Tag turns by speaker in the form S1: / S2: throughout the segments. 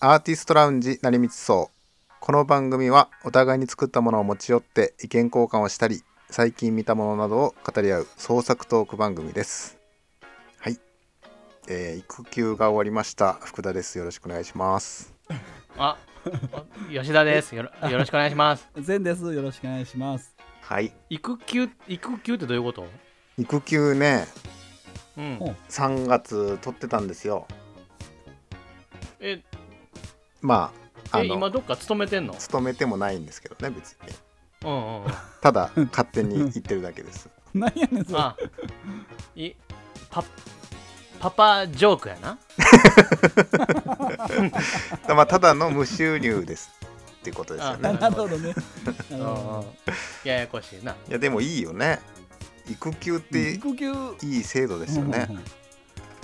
S1: アーティストラウンジ成光荘この番組はお互いに作ったものを持ち寄って意見交換をしたり最近見たものなどを語り合う創作トーク番組ですはい、えー育休が終わりました福田ですよろしくお願いします
S2: あ、あ吉田です。よろよろしくお願いします。
S3: 全です。よろしくお願いします。
S1: はい
S2: 育休、育休ってどういうこと？
S1: 育休ね
S2: うん。
S1: 3月取ってたんですよ
S2: え、
S1: まああ
S2: え
S1: の
S2: 今どっか勤めてんの？
S1: 勤めてもないんですけどね別に
S2: うんうん。
S1: ただ勝手に言ってるだけ です
S3: なんやねん、それ。
S2: あ、い、パ、パパジョークやな。
S1: たまあただの無収入ですっていうことですよ
S2: あ
S1: ね
S3: なるほどね。な
S2: う
S3: る
S2: ん
S3: ほ
S2: うん
S3: ど。。
S2: ややこしいな。
S1: いやでもいいよね育休って
S3: 育休
S1: いい制度ですよね、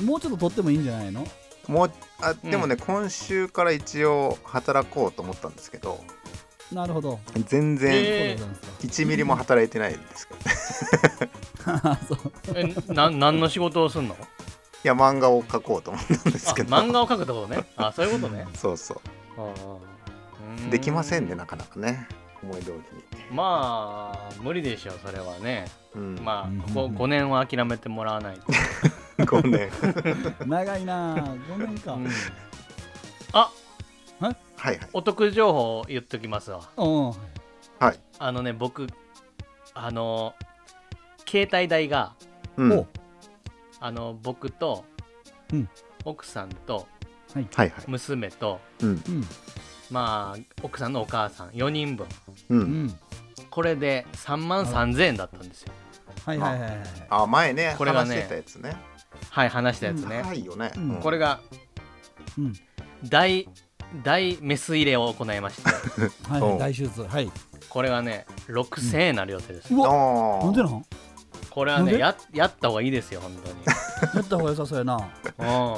S3: うんもうちょっと取ってもいいんじゃないの
S1: もうあでもね、今週から一応働こうと思ったんですけど
S3: なるほど。
S1: 全然
S2: え
S3: そうでございますか
S1: 1ミリも働いてないんですけどね、
S3: あーそう
S2: え、な何の仕事をすんの？
S1: いや漫画を描こうと思ったんで
S2: あ、
S1: すけど
S2: 漫画を描くってことね。あ、そういうことね。
S1: そうそう
S2: うん
S1: できませんねな。かなかね思い通りに
S2: まあ無理でしょうそれはね。
S1: うん、ま
S2: ま
S3: うん
S2: あこ五年は諦めてもらわないと。
S1: あ、5年
S3: 長いなぁ。ごめんか。
S2: う
S3: うんん。
S1: はいはい
S2: お得情報を言っときますわ。
S1: はい、
S2: あのね、僕、あの、携帯代が、
S1: うん、
S3: お
S2: あの、僕と、
S3: うん
S2: 奥さんと、
S1: はいはい
S2: 娘と、
S1: うん
S3: うん。
S2: まあ、奥さんのお母さん、4人分。
S1: うん、
S3: うん。
S2: これで3万3000円だったんですよ。
S3: はいはいはいはい。
S1: あ前ね
S2: これがね
S1: 話してたやつね
S2: はい、話したやつね。
S1: 高いよね、
S3: うん
S2: これが、
S3: うん。
S2: 大、大メス入れを行いまして、
S3: はい
S1: お
S3: は
S1: う
S3: い。大手術。はい。
S2: これがね、6000円になる予定です。
S3: うわ
S1: あー
S3: なんでなん
S2: これは
S3: なん
S2: ね
S3: で
S2: や、やった方がいいですよ、本
S3: やった方が良さそうやな。
S2: 当に。うん。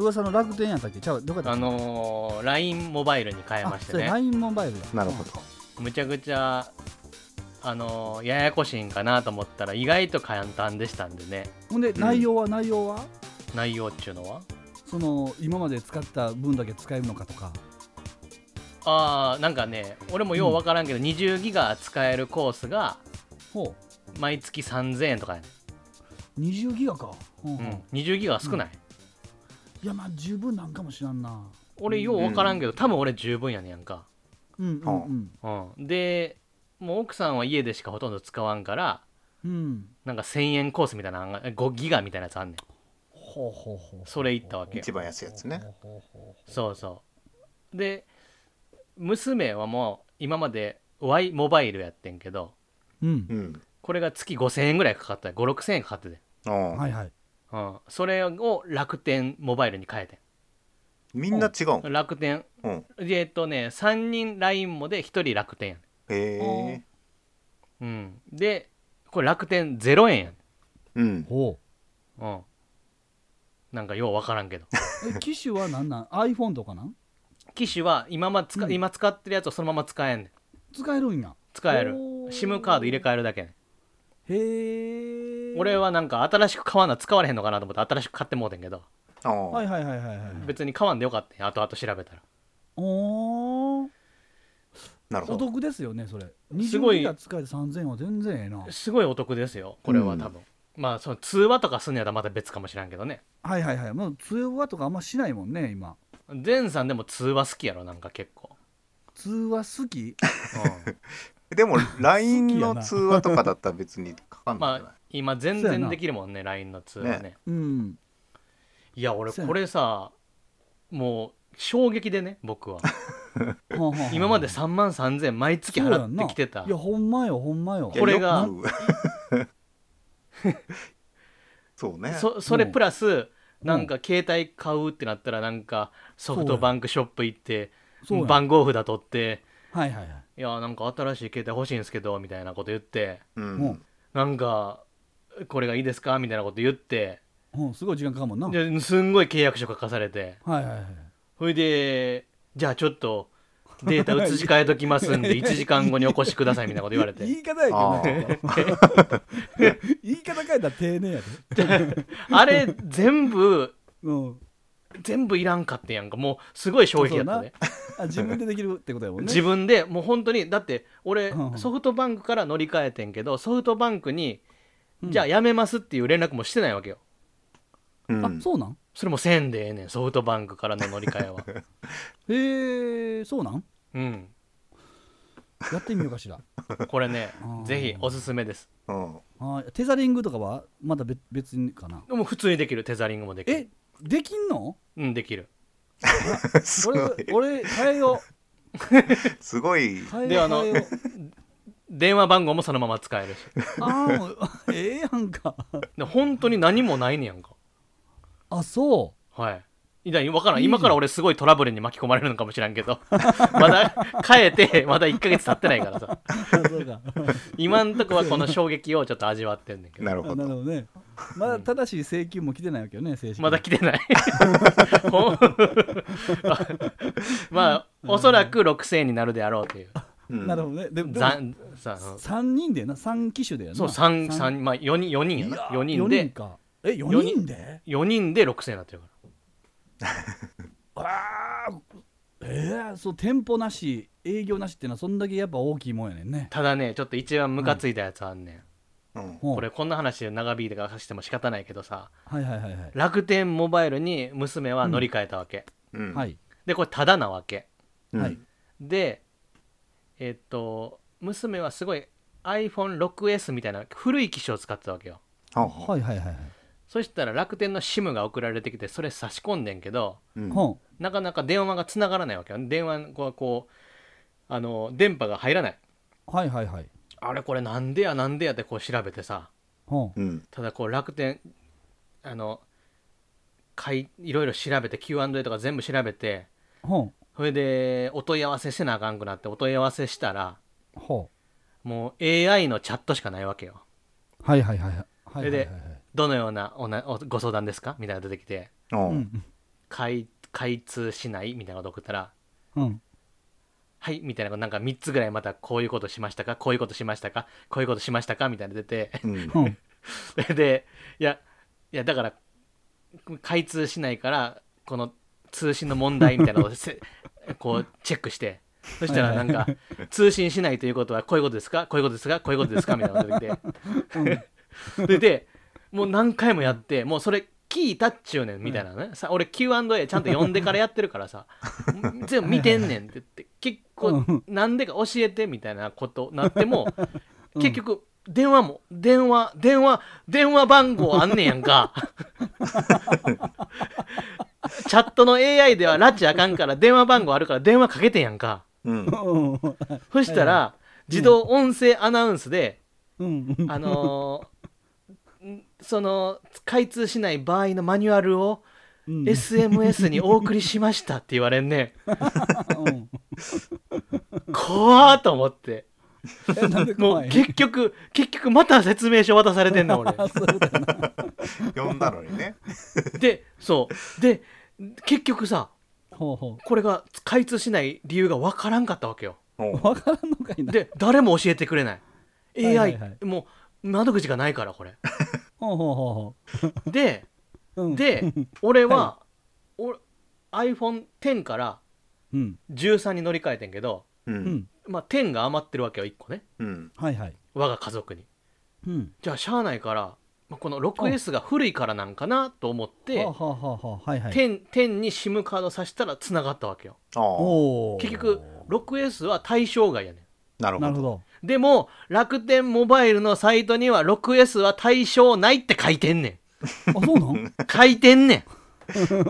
S3: 噂の楽天やったっけちゃう。どこだ
S2: あ
S3: っけ
S2: のー、LINE モバイルに変えまして
S3: そうや
S2: ね。
S3: LINE モバイルだ。
S1: なるほど
S2: むちゃくちゃあのややこしいんかなと思ったら意外と簡単でしたんでね
S3: ほんで、内容は内容は
S2: 内容っちゅうのは
S3: その、今まで使った分だけ使えるのかとか。
S2: あーなんかね俺もようわからんけど、20ギガ使えるコースが
S3: ほ
S2: 毎月3000円とかやね
S3: う。20ギガか。うん
S2: ん、うん、20ギガは少ない、
S3: いやまあ十分なんかもしらんな
S2: 俺ようわからんけど、多分俺十分やねんやんか、
S3: うんうんうん
S2: うん、でもう奥さんは家でしかほとんど使わんから
S3: うん
S2: なんか1000円コースみたいなのが5ギガみたいなやつあんねん
S3: ほうほうほう
S2: それ行ったわけよ
S1: 一番安いやつね
S3: ほうほう
S2: そうそうで娘はもう今まで Y モバイルやってんけど
S3: うん
S1: うん
S2: これが月5000円ぐらいかかった56000円かかってて、
S1: あー
S3: はいはい
S2: うん、それを楽天モバイルに変えて
S1: みんな違うん
S2: ん楽天
S1: うん
S2: えっとね3人 LINE もで1人楽天やね
S1: へえ
S2: ん、うん、でこれ楽天0円やね
S1: うん
S3: ほ
S2: ん、うん、なんかよう分からんけど
S3: うえ機種は何なん iPhone とかなん
S2: 機種は今ま使、
S3: うん
S2: 今使ってるやつをそのまま使えんねん
S3: 使えるんや
S2: 使える
S3: おー
S2: SIM カード入れ替えるだけやねん
S3: へえ
S2: 俺はなんか新しく買わな使われへんのかなと思って新しく買ってもうてんけど
S1: ああ、
S3: はいはいはいはいはい
S2: 別に買わんでよかったんや後々調べたら
S3: おー
S1: なるほ
S3: お
S1: ど
S3: 得ですよねそれ
S2: すご
S3: 20
S2: い
S3: ギガ使えて3000円は全然ええな
S2: すごいお得ですよこれは多分、まあその通話とかすんのやったらまた別かもしらんけどね
S3: はいはいはいもう通話とかあんましないもんね今
S2: 前さんでも通話好きやろなんか結構、
S3: 通話好き
S1: でも LINE
S3: きや
S1: の
S3: な
S1: 通話とかだったら別にかか
S2: うんん、
S1: ないじゃ
S2: ま
S1: ない
S2: あ、今全
S3: そうや
S2: 然
S3: な
S2: できるもんね LINE の通話ね
S1: ね
S3: うん
S2: いや俺
S3: そうやな
S2: これさもう衝撃でね僕は
S3: はあはあ
S2: 今まで3万3000毎月払ってきてた
S3: いやほんまよほんまよ
S2: これが
S1: いやよく そうね
S2: そそれプラスなんか携帯買うってなったらなんかソフトバンクショップ行って
S3: そうや
S2: 番号札取って
S3: はいはいはい
S2: いやなんか新しい携帯欲しいんですけどみたいなこと言って
S1: うん
S3: も
S2: なんかこれがいいですかみたいなこと言って
S3: うん、すごい時間かかるもんな。はい
S2: ですんごい契約書書かされて
S3: はいはい。
S2: ほいでじゃあちょっとデータ移し替えときますんで 1時間後にお越しくださいみたいなこと言われて
S3: 言い方やけどな。言い方変えたら丁寧やで。
S2: あれ全部
S3: うん。
S2: 全部いらんかってんやんかもうすごい衝撃やったね
S3: あ自分でできるってことやもんね
S2: 自分でもう本当にだって俺
S3: うんうん
S2: ソフトバンクから乗り換えてんけどソフトバンクに
S3: うん
S2: じゃあやめますっていう連絡もしてないわけよ
S1: うん
S3: あそうなん
S2: それもせんでええねんソフトバンクからの乗り換えは
S3: へえそうなん
S2: うん
S3: やってみよう かしら
S2: これね
S3: あー
S2: ぜひおすすめです
S1: うん
S3: あーテザリングとかはまだ別別にかな
S2: でも普通にできるテザリングもできる
S3: えできん の
S2: うんできる
S1: すごい
S3: 俺俺変えよ
S1: すごいう
S3: 変え
S2: で
S3: よ
S2: あ
S3: う
S2: の
S3: 変えよう
S2: 電話番号もそのまま使えるし
S3: あーもう ええやんか
S2: で本当に何もないねやんか
S3: あそ
S2: はい。だから分からん。
S3: いいじゃん
S2: 今から俺すごいトラブルに巻き込まれるのかもしらんけど。 まだ変えて、まだ1ヶ月経ってないからさ。
S3: うあそうか
S2: 今んとこはこの衝撃をちょっと味わってんねんけど。
S1: なる
S3: あ
S1: ほ
S3: な
S1: ど
S3: るほどねまだ正しい請求も来てないわけよね正式に
S2: まだ来て ない。ほんまあ、おそらく6000になるであろうという。
S1: うん
S3: なるほどねでもでも
S2: ざんさあの
S3: 3人でな3機種でやな
S2: そう、3、三まあ4人、4人や
S3: い
S2: な
S3: や。
S2: 4人
S3: 四
S2: で
S3: 人、かえ四
S2: 四人
S3: 人で
S2: 4人で6000になってるか
S3: あーえー、そう店舗なし営業なしってのはそんだけやっぱ大きいもんやねんね
S2: ら。ただね、ちょっと一番ムカついたやつあんねん。
S1: うん
S3: こ
S2: これこんな話で長引いてからさしても仕方ないけどさ、
S3: はいはいはいはい
S2: 楽天モバイルに娘は乗り換えたわけ、
S1: うん
S3: はい
S2: でこれタダなわけ
S1: うん
S3: はい
S2: でえっと娘はすごい iPhone6S みたいな古い機種を使ってたわけよ
S1: はんは
S3: はいはいはいはい
S2: そしたら楽天の SIM が送られてきてそれ差し込んでんけど
S1: うん
S3: ほん
S2: なかなか電話がつながらないわけよ電話がこうあの電波が入らない
S3: はいはいはい
S2: あれこれなんでやなんでやってこう調べてさ
S3: ほん
S1: うん
S2: ただこう楽天あのかいいろいろ調べて Q&A とか全部調べて
S3: ほん
S2: それでお問い合わせせなあかんくなってお問い合わせしたら
S3: ほ
S2: もう AI のチャットしかないわけよ
S3: うはいはいはいは
S2: そ
S3: いはいはい
S2: れ
S3: は
S2: で
S3: い
S2: どのようなおなおご相談ですかみたいなの出てきて
S1: うん
S3: うん
S2: 開開通しないみたいなこと送ったら
S3: うん
S2: はいみたいななんか3つぐらいまたこういうことしましたかこういうことしましたかこういうことしましたかみたいなの出て
S1: うん
S3: うん
S2: それでいやいやだから開通しないからこの通信の問題みたいなのをせこうチェックしてそしたらなんか通信しないということはこういうことですかこういうことですかこういうことですかみたいなのが出てきて それでもう何回もやってもうそれ聞いたっちゅうねんみたいなね、さ俺 Q&A ちゃんと読んでからやってるから さ全部見てんねんって言って結構
S3: うん
S2: なんでか教えてみたいなことなっても
S3: うん
S2: 結局電話も電話電話電話番号あんねやん かチャットの AI では拉致あかんから電話番号あるから電話かけてんやんか
S1: うん
S3: うん
S2: そしたら、
S3: は
S2: 自動音声アナウンスで、
S3: うんうん
S2: あのーんその開通しない場合のマニュアルを
S3: うん
S2: SMS にお送りしましたって言われんね
S3: うん
S2: ん 怖ーと思って
S3: えなんで
S2: も
S3: 怖
S2: う
S3: い
S2: 結局結局また説明書渡されてん の俺
S3: あそういうことやな
S1: 呼んだのにね
S2: でそうで結局さ
S3: ほうほ
S2: これが開通しない理由が分からんかったわけよ
S1: うん
S3: うわからんのかいな
S2: で誰も教えてくれない AI、
S3: はいはいはい
S2: もう窓口がないからこれ
S3: ほうほうほうほう
S2: で
S3: うん
S2: で俺 は、俺 iPhone10 から
S3: うん
S2: 13に乗り換えてんけど、
S1: う
S3: うんん
S2: まあ、10が余ってるわけよ1個ね
S1: うん
S3: はいはい
S2: 我が家族に
S3: うん
S2: じゃあしゃあないからまあこの 6S が古いからなんかなと思って、
S3: はあはあはあはあはいはい
S2: 10, 10に SIM カードさしたらつながったわけよ
S1: ああ
S3: おー
S2: 結局 6S は対象外やね
S1: なるほ
S3: なる
S1: ど
S3: ほど
S2: んでも楽天モバイルのサイトには 6S は対象ないって書いてんね
S3: あそうなん
S2: ん書いてん ね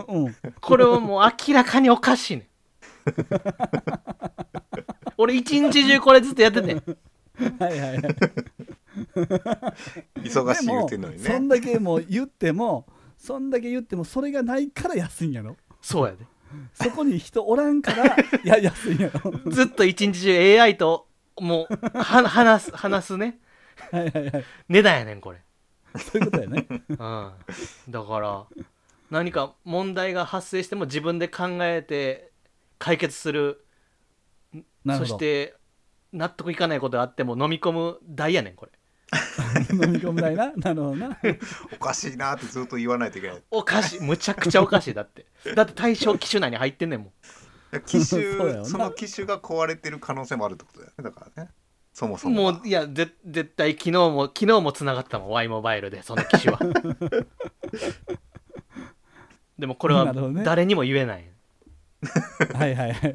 S2: ん
S3: うん
S2: これはもう明らかにおかしい ねん俺一日中これずっとやっててん
S3: はいはいはい
S1: 忙しい言うてんのに
S3: でもそん
S1: ね
S3: だけもう言ってもそんだけ言ってもそれがないから安いんやろ
S2: そうやで
S3: そこに人おらんから いや安いんやろ
S2: ずっと一日中 AI ともうは話す話すね
S3: はいはいはい
S2: 値段やねんこれ、
S3: そういうことやね
S2: うん、だから何か問題が発生しても自分で考えて解決する
S3: なる
S2: そ
S3: ほど
S2: して納得いかないことがあっても飲み込む代やねんこれ
S3: 飲み込む代ななるほどな
S1: おかしいなってずっと言わないといけないい
S2: おかしいむちゃくちゃおかしいだってだって対象機種内に入ってんねんもん
S1: や機種
S3: そうだよな
S1: その機種が壊れてる可能性もあるってことだよねだからねそもそも
S2: もういやぜ絶対昨日も昨日もつながってたもん Y モバイルでその機 種はでもこれ
S3: な
S2: は
S3: るほどね
S2: 誰にも言えない、
S3: はいはいはい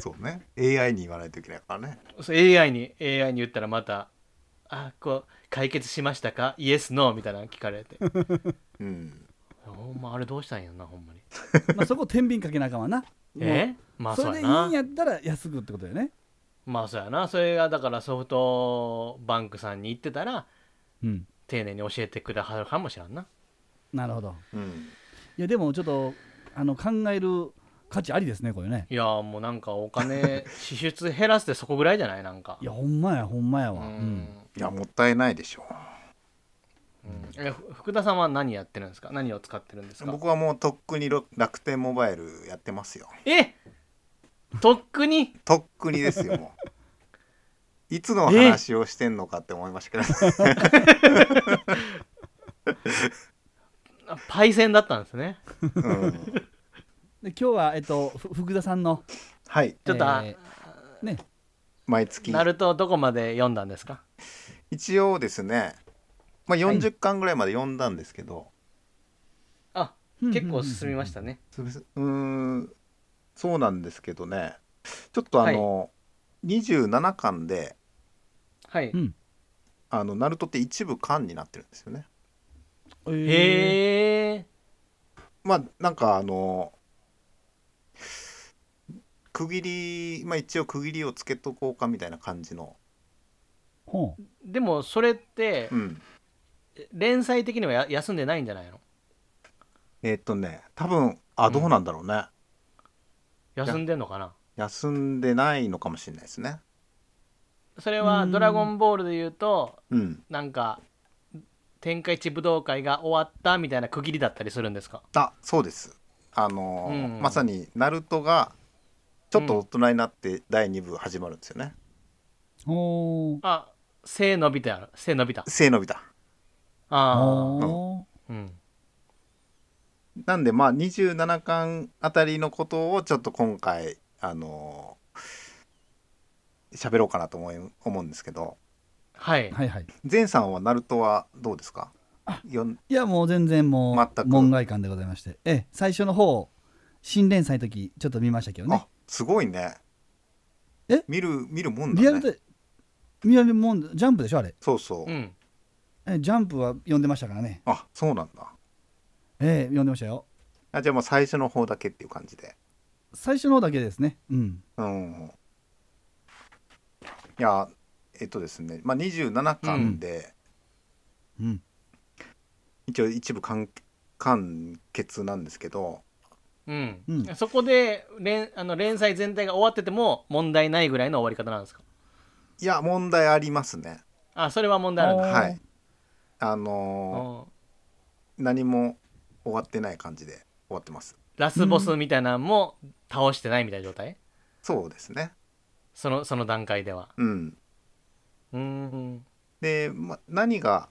S1: そうね AI に言わないといけないからね
S2: そう AI に AI に言ったらまた「あこう解決しましたかイエスノー」みたいなの聞かれ て
S1: うん
S2: ほんまあれどうしたんやろなほんまに
S3: まあそこ天秤かけなあかんわなもう
S2: えまあ
S3: そ
S2: そ
S3: れ
S2: う
S3: で
S2: や
S3: いいん
S2: な
S3: やったら安くってことだよね、
S2: まあそうやなそれがだからソフトバンクさんに行ってたら
S3: うん、
S2: 丁寧に教えてくれはるかもしらんな
S3: なるほど
S1: うん
S3: いやでもちょっとあの考える価値ありですねこれね
S2: いやもうなんかお金支出減らすってそこぐらいじゃないなんか
S3: いやほんまやほんまや
S2: う
S3: わ、うん
S2: ん
S1: いやもったいないでしょ
S2: うんえふ福田さんは何やってるんですか何を使ってるんですか
S1: 僕はもうとっくにろ楽天モバイルやってますよ
S2: えとっくに
S1: とっくにですよもういつの話をしてんのかって思いましたけど、
S2: あパイセンだったんですね
S1: うん、
S3: で今日はえっとふ福田さんの
S1: はい
S2: ちょっと、あ
S3: えね
S1: 毎月
S2: ナルトどこまで読んだんですか
S1: 一応ですね、まあ、40巻ぐらいまで読んだんですけど、
S2: あ結構進みましたね
S1: すみませんうーんそうなんですけどねちょっとあの、27巻で
S2: はい
S3: うん
S1: あのナルトって一部巻になってるんですよね
S3: へえ
S2: へえ
S1: まあなんかあの区切りまあ一応区切りをつけとこうかみたいな感じの
S3: ほう
S2: でもそれって
S1: うん
S2: 連載的にはや休んでないんじゃないの
S1: えーっとね多分あどうなんだろうね、
S2: 休んでんのかな
S1: 休んでないのかもしれないですね
S2: それは「ドラゴンボール」で言うと
S1: うん
S2: なんか天下一武道会が終わったみたいな区切りだったりするんですか
S1: あそうですあのー
S2: うん
S1: まさにナルトがちょっと大人になって第2部始まるんですよね、
S3: ほう
S2: あ背伸びたやろ背伸びた
S1: 背伸びた
S2: あ
S3: ほ
S2: あうん
S1: なんでまあ27巻あたりのことをちょっと今回あのー喋ろうかなと思い思うんですけど
S2: は
S3: う
S2: い
S3: はいはい
S1: 前さんはナルトはどうですかよん
S3: いやもう全然も
S1: 全
S3: う
S1: く
S3: 門外観でございましてええ最初の方新連載の時ちょっと見ましたけどね
S1: あすごいね
S3: え
S1: 見る見るもん
S3: リア
S1: だ
S3: ル
S1: ね
S3: でリアルもんジャンプでしょあれ
S1: そうそう、
S2: うん
S3: えジャンプは読んでましたからね
S1: あそうなんだ
S3: ええ読んでましたよ
S1: あじゃあもう最初の方だけっていう感じで
S3: 最初の方だけですねうん
S1: うんいやえっとですね、まあ、27巻で、
S3: うん
S1: 一応一部完完結なんですけど
S2: うん
S3: うん
S2: そこで連あの連載全体が終わってても問題ないぐらいの終わり方なんですか
S1: いや問題ありますね
S2: あそれは問題あるんだ
S3: おー
S1: はいあの
S2: うん
S1: ー何も終わってない感じで終わってます
S2: ラスボスみたいなのも倒してないみたいな状態
S1: そうですね
S2: そのその段階では
S1: うん
S2: うーん
S1: で、ま、何が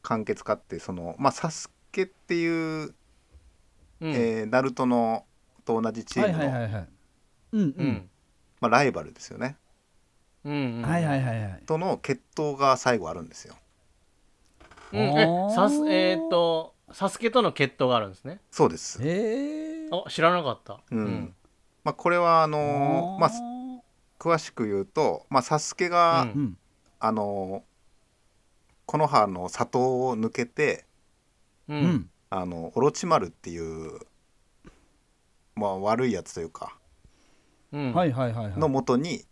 S1: 完結かってそのまあサスケっていう、
S2: うん
S1: えーナルトのと同じチー
S3: はい
S1: ムの、
S3: はいはいはいうん
S2: う
S3: うん
S2: ん
S1: まあ、ライバルですよね
S2: うん
S3: はいはい
S2: い
S3: はいはい
S1: との決闘が最後あるんですよ
S2: えさす
S3: おー
S2: えーっとサスケとの決闘があるんですね
S1: そうです
S3: ええ
S2: あ知らなかった
S1: うん、まあ、これはあのーまあ
S3: あ
S1: 詳しく言うと、まあ、サスケが、
S2: うん
S3: うん
S1: あのこの葉の里を抜けて
S2: う
S3: うんん
S1: あのオロチマルっていう、まあ、悪いやつというか
S2: うん
S3: はいはいはいはい
S1: の元に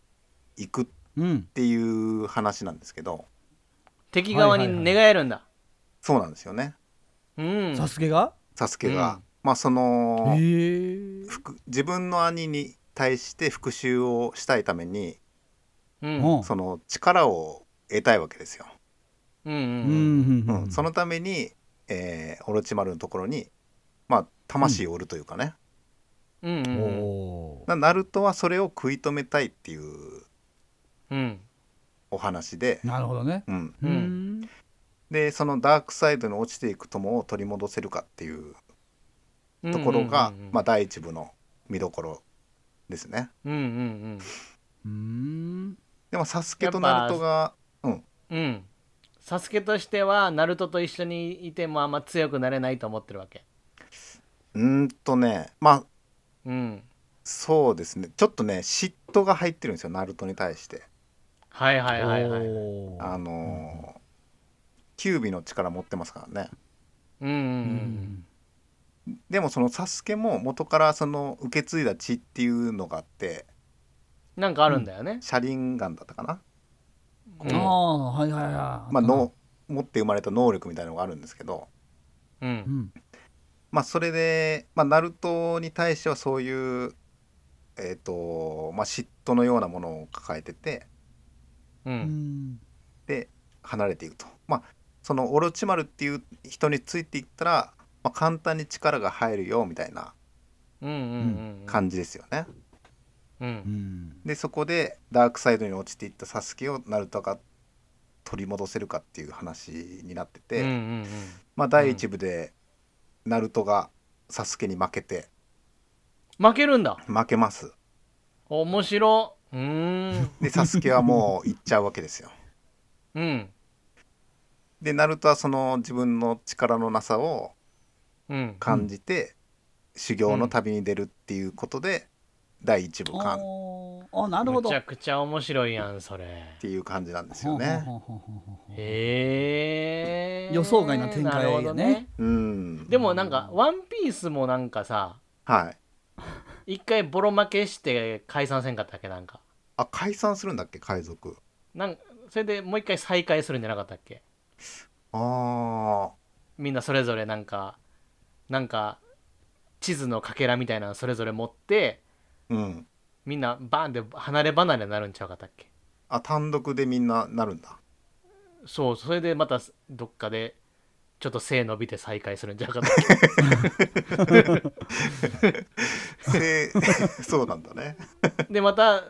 S1: 行くっ
S3: うん
S1: ていう話なんですけど
S2: 敵側に寝返るんだ
S1: そうなんですよね
S2: うん
S3: サスケが
S1: サスケが、
S2: うん
S1: まあその、
S3: ええ
S1: 復自分の兄に対して復讐をしたいために
S2: うん
S3: うん
S1: その力を得たいわけですよ。
S2: うん
S3: うん
S2: うん
S3: う
S1: うんん
S3: うん
S1: そのために、えーオロチマルのところに、まあ、魂を売るというかね、
S2: うんうんうん
S3: おー
S1: なナルトはそれを食い止めたいっていう
S2: うん
S1: お話で、
S3: なるほどね
S1: うん、
S2: うん
S3: うん
S1: でそのダークサイドに落ちていく友を取り戻せるかっていうところが、まあ、第一部の見どころですね
S2: うんうん
S3: うーん
S1: でもサスケとナルトが
S2: うんうんサスケとしてはナルトと一緒にいてもあんま強くなれないと思ってるわけ
S1: うーんとねまあ
S2: うん
S1: そうですねちょっとね嫉妬が入ってるんですよナルトに対して
S2: はいはいはいはいうん
S3: おー
S1: あ
S3: うん
S1: のーキュービの力持ってますからね
S2: うんうん
S1: でもそのサスケも元からその受け継いだ血っていうのがあって
S2: なんかあるんだよね、
S1: 車輪ガンだったかな、
S2: う
S3: うん
S2: ん
S3: ああはいはいはい
S1: ま
S3: ま
S1: あ、の持って生まれた能力みたいなのがあるんですけど、
S2: う
S3: うんん
S1: まあ、それで、まあ、ナルトに対してはそういう、えーとまあ、嫉妬のようなものを抱えてて
S2: う
S3: うんん
S1: で離れていくと。まあそのオロチマルっていう人についていったら、まあ、簡単に力が入るよみたいな
S2: うんうんうん
S1: 感じですよね。
S2: う
S3: うんん
S1: でそこでダークサイドに落ちていったサスケをナルトが取り戻せるかっていう話になって
S2: うん
S1: て、
S2: うんうん
S1: まあ第1部でナルトがサスケに負けて
S2: 負けるんだ
S1: 負けます
S2: 面白うーん
S1: でサスケはもう行っちゃうわけですよ
S2: うん
S1: でナルトはその自分の力のなさを
S2: うん
S1: 感じて、修行の旅に出るっていうことで第1部完っ
S3: おーあなるほど
S2: むちゃくちゃ面白いやんそれ
S1: ていう感じなんですよね
S3: ほうほうほうほうほう
S2: へえ
S3: 予想外な展開やね
S2: なるほどね
S1: うん
S2: でもなんか「ワンピースもなんかさ
S1: はい
S2: 一回ボロ負けして解散せんかったっけなんか
S1: あ解散するんだっけ海賊
S2: なんそれでもう一回再開するんじゃなかったっけ
S1: ああ
S2: みんなそれぞれなんかなんか地図のかけらみたいなのそれぞれ持って
S1: うん
S2: みんなバーンって離れ離れになるんちゃうかったっけ
S1: あ単独でみんななるんだ
S2: そうそれでまたどっかでちょっと背伸びて再開するんじゃなかったっけ
S1: せそうなんだね
S2: でまた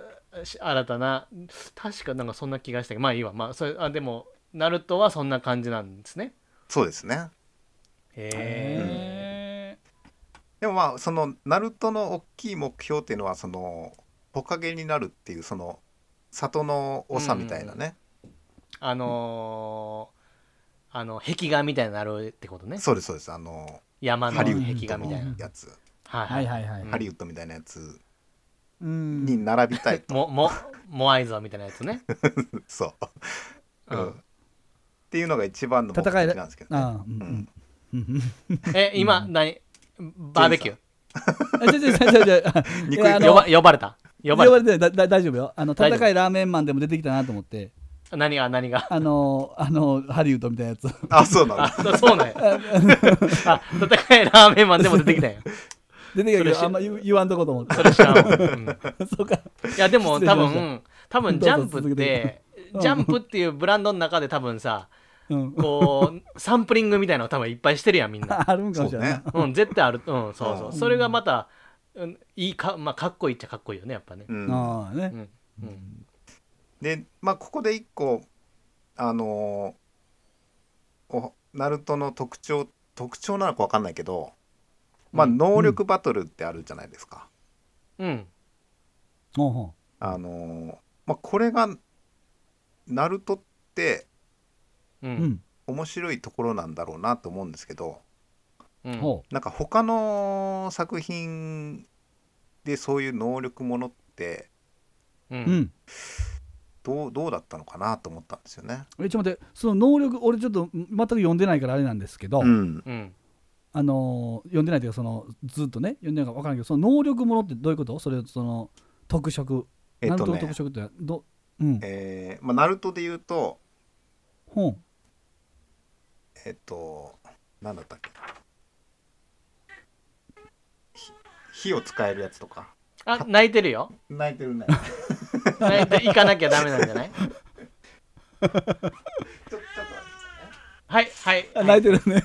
S2: し新たな確かなんかそんな気がしたけどまあいいわまあそれあでもナルトはそんな感じなんですね
S1: そうですね
S2: へえ
S1: でもまあそのナルトの大きい目標っていうのはその木陰になるっていうその里の長みたいなね、
S2: あのーあの壁画みたいになるってことね
S1: そうですそうですあの
S2: 山の
S1: ハリ
S2: 壁
S1: ウッ
S2: 画
S1: ド
S2: みたいな
S1: のやつ、
S2: は
S3: はいい
S2: はい
S3: はいはい
S2: うん
S1: ハリウッドみたいなやつ
S3: うん
S1: に並びたいと、
S2: ももモアイ像みたいなやつね、
S1: そう、
S2: うん
S1: うんっていうのが一番の目的
S3: 戦いだ
S1: なんですけどね
S3: ああうんうんうん
S2: え今、何バーベキュー
S3: あちょちょちょちょちょ
S1: 肉
S3: いやあの
S2: 呼ば呼ばれた呼ば
S3: 呼ば
S2: れ
S3: れてだだ大丈夫よあの
S2: 大丈夫
S3: 戦いラーメンマンでも出てきたなと思って
S2: た何が何が
S3: あのあのハリウッドみたいなやつ
S1: あそうなん
S2: あ
S1: だ
S2: そうなんやあ戦いラーメンマンでも出てきたんや
S3: 出てき
S2: そ
S3: たけ
S2: れ
S3: ど
S2: し
S3: あんま言言わんとこと思 って
S2: それ知らん わ、うん
S3: そうか
S2: いやでも
S3: 失礼
S2: 多
S3: しました
S2: 分多分ジ
S3: ど
S2: ャ
S3: うぞ
S2: ンプっ
S3: 続け
S2: て
S3: てうん
S2: ジャンプっていうブランドの中で多分さ
S3: うん
S2: こうサンプリングみたいなの多分いっぱいしてるやんみんな
S3: あるんかもし
S1: そう
S3: れない
S1: ね
S3: な
S2: うん絶対あるうんそうそううんそれがまた、うん、いいかまあかっこいいっちゃかっこいいよねやっぱね
S1: うん
S3: ああ
S2: う
S3: ね
S2: んうん
S1: でまあここで一個あのーおナルトの特徴特徴なのか分かんないけど、まあ、
S2: うん
S1: 能力バトルってあるじゃないですか。
S2: うん
S3: ほうほ
S1: あのーまあ、これがナルトって
S2: う
S3: うんん
S1: 面白いところなんだろうなと思うんですけど
S2: うん
S3: ほ
S1: なんか他の作品でそういう能力ものって
S2: う
S3: うんん
S1: どうどうだったのかなと思ったんですよね。
S3: えちょっと待ってその能力俺ちょっと全く読んでないからあれなんですけど
S1: うん、
S2: うん
S3: あのー読んでないというかそのずっとね読んでないから分からんけどその能力ものってどういうことそれその特色
S1: えっ
S3: ナル
S1: と
S3: トの
S1: ね
S3: 特、色ってどうん
S1: えーまあ、ナルトで言うと
S3: ほう
S1: えっと、なんだったっけひ火を使えるやつとか。
S2: あ泣いてるよ
S1: 泣いてる ね。
S2: 泣いて行かなきゃダメなんじゃない
S1: ちょっと
S2: はいはい
S3: あ泣いてるね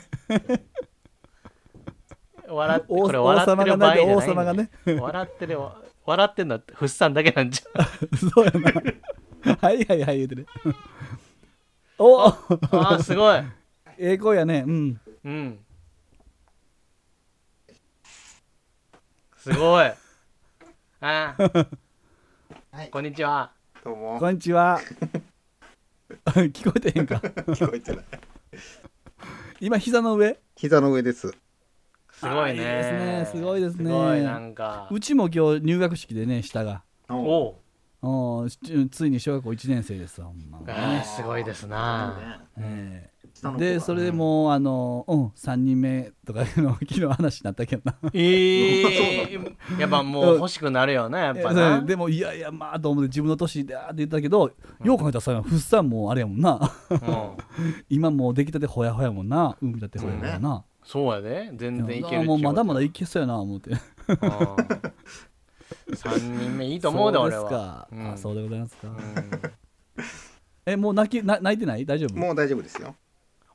S2: 笑って
S3: 王
S2: これ笑ってる場合じゃないんだよ
S3: 王様がね
S2: 笑ってるわ笑ってんのはふっさんだけなんじ ゃ
S3: そう やな。はいはいはい言うてる。おお
S2: あーすごい
S3: ええ声やねうん
S2: うんすごいあー
S1: はい
S2: こんにちは
S1: どうも
S3: こんにちは聞こえてへんか
S1: 聞こえてない
S3: 今膝の上
S1: 膝の上です
S2: すごいね
S3: あーいいですねすごいですね
S2: すごいなんか
S3: うちも今日入学式でね下が
S2: おう
S3: おついに小学校1年生ですわほんま
S2: あーすごいですな
S3: ええ
S1: 下の子が
S3: でそれでもうあのうん3人目とかいうの昨日話になったけどな
S2: ええやっぱもう欲しくなるよねやっぱな、
S3: でもいやいやまあと思って自分の年であーって言ったけど、よう考えたらさふっさんもうあれやもんな
S2: うん、
S3: 今もう出来たてほやほやもんな海だってほやほやな、
S2: そうやで全然いける
S3: あーもうまだまだ
S2: い
S3: いけそうやな思って
S2: 3人目いいと思うで
S3: そう
S2: 俺
S3: です
S2: は
S3: か、
S2: うん
S3: あそうでございますか、
S2: うん
S3: えもう泣きな泣いてない大丈夫
S1: もう大丈夫ですよ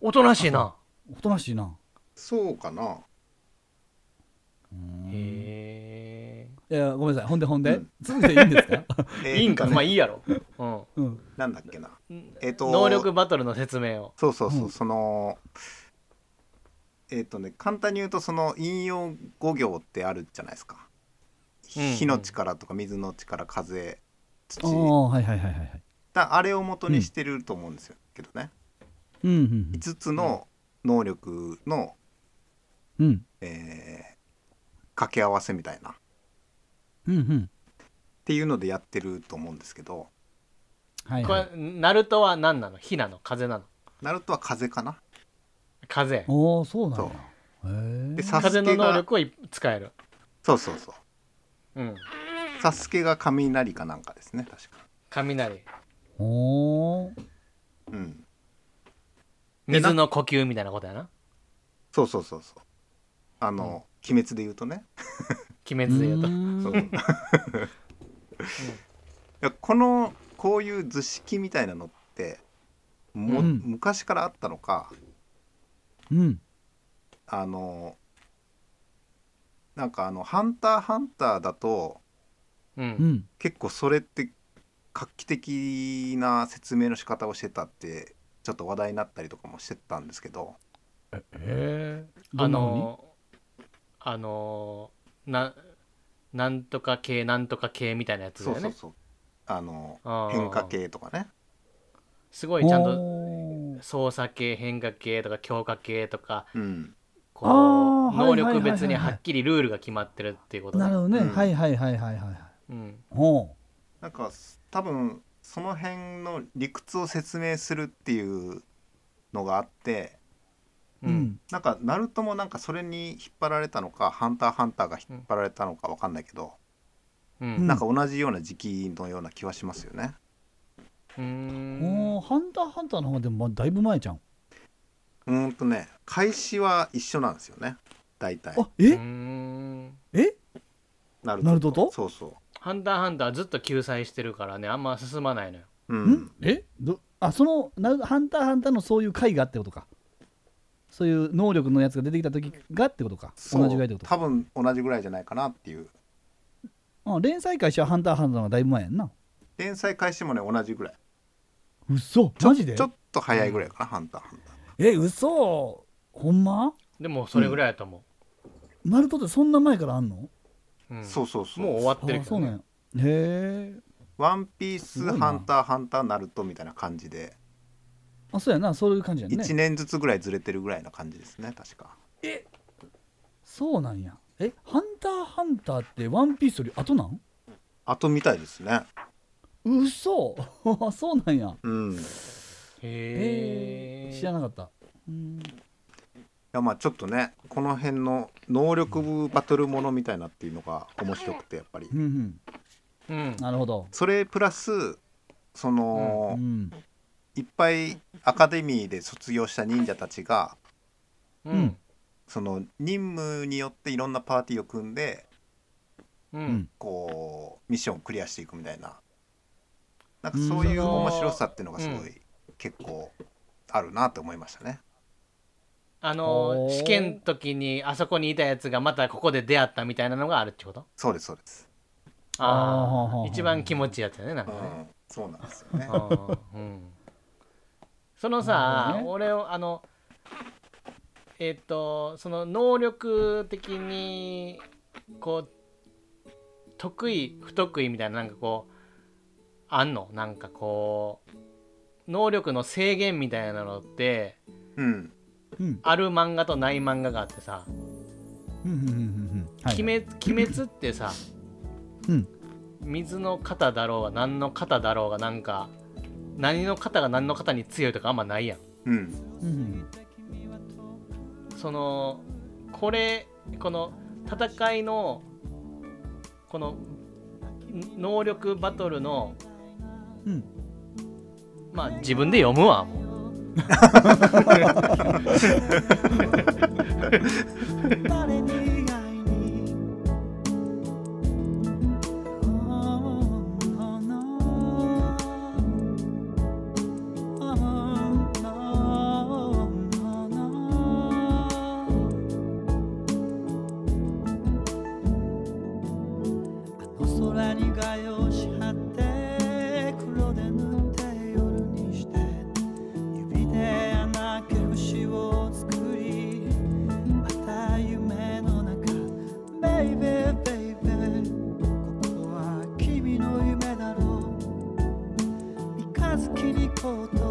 S2: おとなしいな
S3: おとなしいな
S1: そうかな
S3: うーんい
S2: へ
S3: やごめんなさいほんでほんで、
S1: うん
S3: 続けていい んですか、
S2: え
S1: え
S2: いいんか
S1: ね
S2: まあいいやろ、うん
S3: うん、
S1: なんだっけなえっと
S2: 能力バトルの説明を
S1: そうそうそう、
S3: うん
S1: そのえっ、とね簡単に言うとその引用語行ってあるじゃないですか、
S2: うんうん
S1: 火の力とか水の力風
S3: あ
S1: 土
S3: あはいはいはいはいはい
S1: だあれを元にしてると思うんですよ、けどね
S3: うんうん
S1: 5つの能力の、
S3: うんうん
S1: えー掛け合わせみたいなっ
S3: うんうん
S1: ていうのでやってると思うんですけど
S3: はい
S2: こ
S3: は
S2: れ
S3: い
S2: ナルトは何なの火なの風なの
S1: ナルトは風かな
S2: 風
S3: おおそうなんだ
S1: そう
S3: へ
S1: で
S3: え
S1: サス
S2: 風の
S1: ケ
S2: 能
S1: が
S2: 力をい使える
S1: そうそうそう
S2: うん
S1: サスケが雷かなんかですね確か
S2: 雷
S3: おお
S1: うんでな
S2: 水の呼吸みたいなことやな
S1: そうそうそうそうあの、鬼滅で言うとね
S2: 鬼滅で言うと
S1: そう いやこのこういう図式みたいなのっても、
S3: うん
S1: 昔からあったのか
S3: うん
S1: あのなんかあの「ハンターハンター」だと
S2: う
S3: うんん
S1: 結構それって画期的な説明の仕方をしてたってちょっと話題になったりとかもしてたんですけど
S2: へえ
S3: ど
S2: あ
S3: んな風に
S2: のあのななんとか系なんとか系みたいなやつだ
S1: そう
S2: よ
S1: そう
S2: ね
S1: そうあの
S2: あー
S1: 変化系とかね
S2: すごいちゃんと
S3: おー
S2: 操作系変化系とか強化系とか
S1: うん
S2: こ
S3: あ
S2: う
S3: ー
S2: 能
S3: はい
S2: 力
S3: はいはいはい
S2: 別にはっきりルールが決まってるっていうことだ
S3: なるほどね、
S1: うん
S3: はいはいはいはいはいはい
S2: うん
S3: おお
S1: なんか多分その辺の理屈を説明するっていうのがあって
S2: う
S3: うんん
S1: なんかナルトもなんかそれに引っ張られたのか「ハンターハンター」が引っ張られたのかわかんないけど、
S2: うん
S1: なんか同じような時期のような気はしますよね。
S2: うーん
S3: おーハンターハンターの方でもまあだいぶ前じゃん
S1: うーんとね開始は一緒なんですよね大体
S3: あ
S2: う
S3: え
S2: ーん
S3: え
S1: ナル
S3: ナルトと
S1: そうそ
S2: ハンターハンターずっと救済してるからねあんま進まないのよ
S1: う、うん
S3: んえどあそのなハンターハンターのそういう回がってことかそういう能力のやつが出てきた時がってことか
S1: そう
S3: 同じぐらいってことか
S1: 多分同じぐらいじゃないかなっていう
S3: うん連載開始はハンターハンターのがだいぶ前やんな
S1: 連載開始もね同じぐらいう
S3: そマジで
S1: ちょっと早いぐらいかな、ハンターハンター
S3: えうそほんま
S2: でもそれぐらいだと思
S3: ナルトってそんな前からあんの
S2: う、うん
S1: そうそうそう
S2: もう終わってる
S3: あ
S2: け
S3: そ
S2: ど、
S3: うなん
S2: ね
S3: や、へえ
S1: ワンピー
S3: す
S1: ス
S3: ごいな
S1: ハンターハンターナルトみたいな感じで、
S3: あそうやなそういう感じやんね
S1: 1年ずつぐらいずれてるぐらいな感じですね確か
S3: そうなんやえハンターハンターってワンピースより後なん
S1: 後みたいですね
S3: うそ そうなんや
S1: うん
S2: へ
S3: え
S2: え
S3: 知らなかったうん
S1: いやまあちょっとねこの辺の能力部バトルものみたいなっていうのが面白くてやっぱり
S3: うんうん
S2: うん
S3: なるほど
S1: それプラスそうの、
S3: ん
S1: いっぱいアカデミーで卒業した忍者たちが
S2: うん
S1: その任務によっていろんなパーティーを組んで
S2: う
S3: うんん
S1: こうミッションをクリアしていくみたいななんかそういう
S2: うん
S1: 面白さっていうのがすご
S2: う
S1: い結構あるなと思いましたね。
S2: あの
S3: おー
S2: 試験の時にあそこにいたやつがまたここで出会ったみたいなのがあるってこと
S1: そうですそうです。
S3: あーはあは
S2: あ
S3: あ
S2: あ一番気持ちいいやつやねなん
S1: う
S2: かね、
S1: ん、そうなんですよね。
S2: あーうんその
S3: なる
S2: さ、
S3: ほどね
S2: 俺をあのえっとその能力的にこう得意不得意みたいななんかこうあんのなんかこう能力の制限みたいなのって
S1: うん。
S4: うん
S2: ある漫画とない漫画があってさ
S4: うんうんうんうんうん
S2: 「鬼滅鬼滅」ってさ
S4: うん
S2: 水の型だろうが何の型だろうがなんか何の型が何の型に強いとかあんまないやん。
S1: うん。
S4: うん
S2: そのこれこの戦いのこのん能力バトルの
S4: うん
S2: まあ自分で読むわもう
S3: 誰に会いに本当の本当のあの空にがよし張って黒で塗って夜にして指で穴あけ星を作りまた夢の中 Baby baby ここは君の夢だろう三日月に言葉